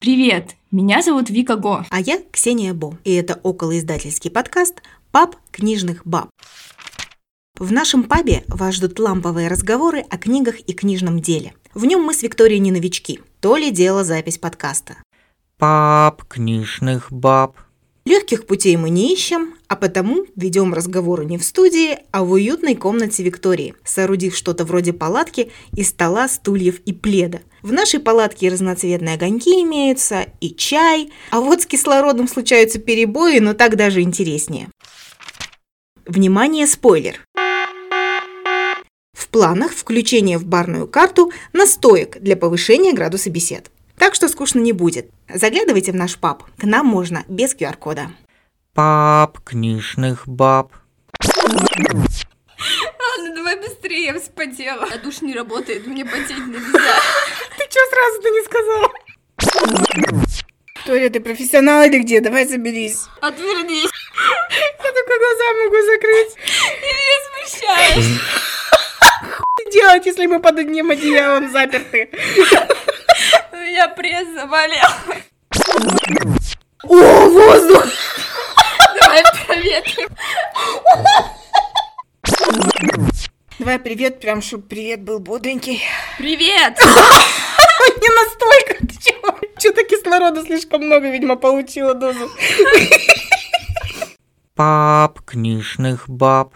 Привет, меня зовут Вика Го. А я Ксения Бо, и это околоиздательский подкаст «Паб книжных баб». В нашем пабе вас ждут ламповые разговоры о книгах и книжном деле. В нем мы с Викторией не новички, то ли дело запись подкаста. Пап, книжных баб. Легких путей мы не ищем, а потому ведем разговоры не в студии, а в уютной комнате Виктории, соорудив что-то вроде палатки из стола, стульев и пледа. В нашей палатке разноцветные огоньки имеются, и чай, а вот с кислородом случаются перебои, но так даже интереснее. Внимание, спойлер! В планах включение в барную карту настоек для повышения градуса бесед. Так что скучно не будет. Заглядывайте в наш паб. К нам можно без QR-кода. Пап, книжных баб. Ладно, давай быстрее, я вспотела. А душ не работает, мне потеть нельзя. Ты что сразу-то не сказала? Толя, ты профессионал или где? Давай заберись. Отвернись, Я только глаза могу закрыть. не смущай. Что делать, если мы под одним одеялом заперты? У меня пресс заболел. О, воздух! Давай проветрим. Давай привет, прям, чтобы привет был бодренький. Привет. Не настолько, ты чего? Что-то кислорода слишком много, видимо, получила дозу. Пап, книжных баб.